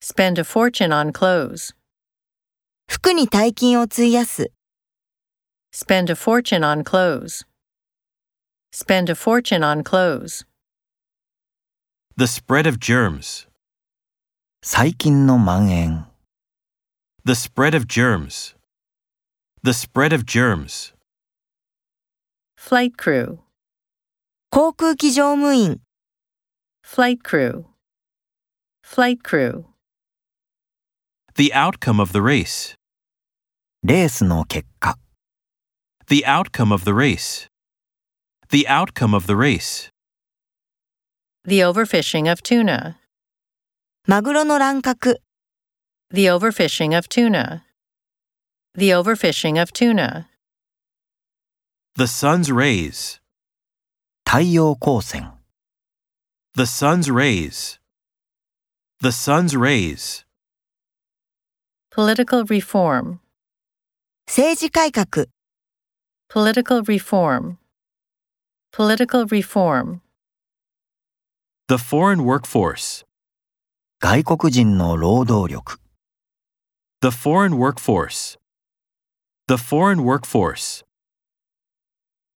Spend a fortune on clothes. 服に大金を費やす。 Spend a fortune on clothes. Spend a fortune on clothes. The spread of germs. 細菌の蔓延 The spread of germs. The spread of germs. Flight crew. 航空機乗務員、 Flight crew. Flight crew. The outcome of the race. レースの結果 The outcome of the race. The outcome of the race. The overfishing of tuna. マグロの乱獲、 The overfishing of tuna. The overfishing of tuna. The sun's rays. 太陽光線 The sun's rays. The sun's rays. Political reform. 政治改革、 Political reform. Political reform. The foreign workforce. 外国人の労働力 The foreign workforce. The foreign workforce.